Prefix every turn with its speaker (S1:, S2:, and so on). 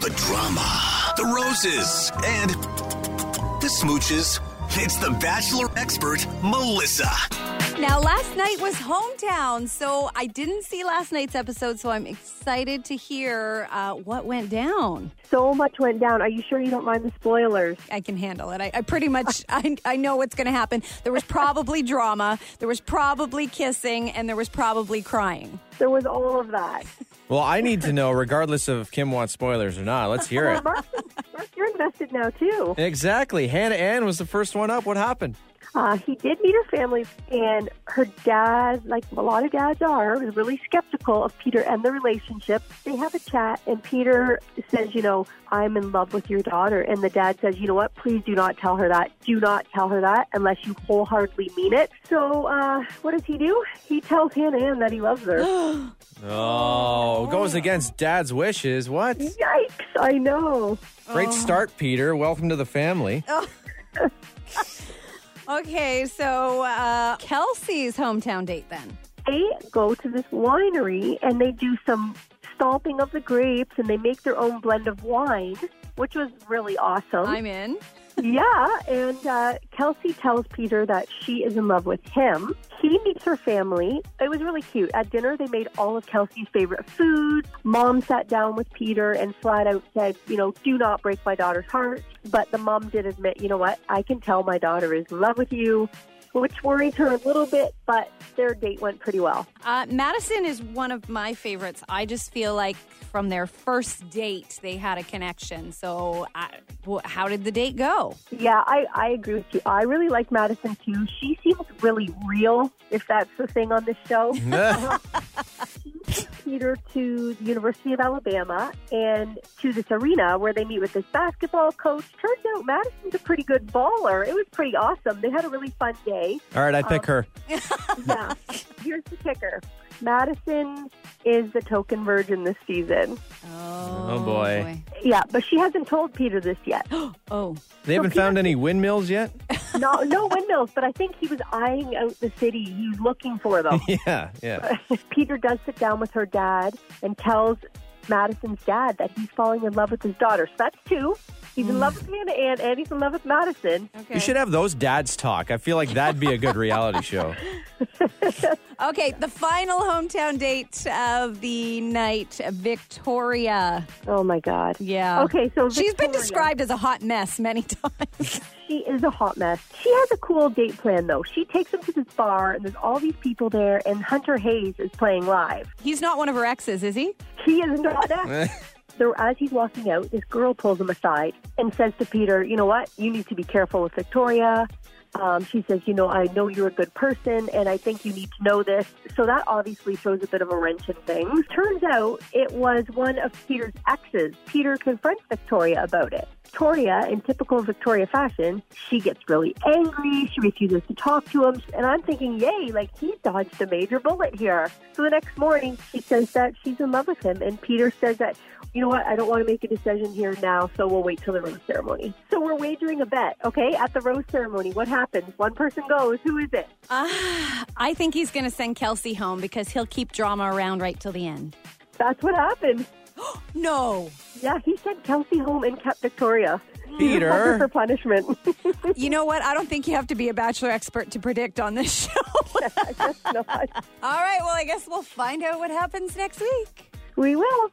S1: the drama, the roses, and the smooches. It's the Bachelor expert, Melissa.
S2: Now, last night was hometown, so I didn't see last night's episode, so I'm excited to hear uh, what went down.
S3: So much went down. Are you sure you don't mind the spoilers?
S2: I can handle it. I, I pretty much I, I know what's going to happen. There was probably drama, there was probably kissing, and there was probably crying.
S3: There was all of that.
S4: Well, I need to know, regardless of Kim wants spoilers or not. Let's hear it.
S3: Mark, Mark, you're invested now too.
S4: Exactly. Hannah Ann was the first one up. What happened?
S3: Uh, he did meet her family, and her dad, like a lot of dads are, was really skeptical of Peter and the relationship. They have a chat, and Peter says, You know, I'm in love with your daughter. And the dad says, You know what? Please do not tell her that. Do not tell her that unless you wholeheartedly mean it. So, uh, what does he do? He tells Hannah Ann that he loves her.
S4: Oh, goes against dad's wishes. What?
S3: Yikes, I know.
S4: Great start, Peter. Welcome to the family.
S2: Okay, so uh, Kelsey's hometown date then.
S3: they go to this winery and they do some stomping of the grapes and they make their own blend of wine, which was really awesome.
S2: I'm in.
S3: yeah, and uh, Kelsey tells Peter that she is in love with him. He meets her family. It was really cute. At dinner, they made all of Kelsey's favorite food. Mom sat down with Peter and flat out said, you know, do not break my daughter's heart. But the mom did admit, you know what? I can tell my daughter is in love with you, which worries her a little bit, but their date went pretty well.
S2: Uh, Madison is one of my favorites. I just feel like from their first date, they had a connection. So, I, wh- how did the date go?
S3: Yeah, I, I agree with you. I really like Madison too. She seems really real, if that's the thing on this show. Peter to the University of Alabama and to this arena where they meet with this basketball coach. Turns out Madison's a pretty good baller. It was pretty awesome. They had a really fun day.
S4: All right, I pick her.
S3: Yeah. Here's the kicker. Madison is the token virgin this season.
S2: Oh,
S4: Oh, boy.
S3: Yeah, but she hasn't told Peter this yet.
S2: Oh,
S4: They haven't found any windmills yet?
S3: No, no windmills, but I think he was eyeing out the city. He was looking for them.
S4: Yeah, yeah.
S3: Peter does sit down with her dad and tells Madison's dad that he's falling in love with his daughter. So that's two. He's in love with Hannah Ann and he's in love with Madison.
S2: okay.
S4: You should have those dads talk. I feel like that'd be a good reality show.
S2: okay, the final hometown date of the night, Victoria.
S3: Oh my God.
S2: Yeah.
S3: Okay, so
S2: She's been
S3: Victoria,
S2: described as a hot mess many times.
S3: She is a hot mess. She has a cool date plan though. She takes him to this bar and there's all these people there and Hunter Hayes is playing live.
S2: He's not one of her exes, is he?
S3: He is not that. So as he's walking out, this girl pulls him aside and says to Peter, "You know what? You need to be careful with Victoria." Um, she says, "You know, I know you're a good person, and I think you need to know this." So that obviously throws a bit of a wrench in things. Turns out it was one of Peter's exes. Peter confronts Victoria about it. Victoria, in typical Victoria fashion, she gets really angry. She refuses to talk to him. And I'm thinking, yay, like he dodged a major bullet here. So the next morning, she says that she's in love with him. And Peter says that, you know what, I don't want to make a decision here now, so we'll wait till the rose ceremony. So we're wagering a bet, okay? At the rose ceremony, what happens? One person goes. Who is it?
S2: Ah, I think he's going to send Kelsey home because he'll keep drama around right till the end.
S3: That's what happened.
S2: No.
S3: Yeah, he sent Kelsey home and kept Victoria.
S4: Peter.
S3: For punishment.
S2: You know what? I don't think you have to be a bachelor expert to predict on this show.
S3: I guess not.
S2: All right, well, I guess we'll find out what happens next week.
S3: We will.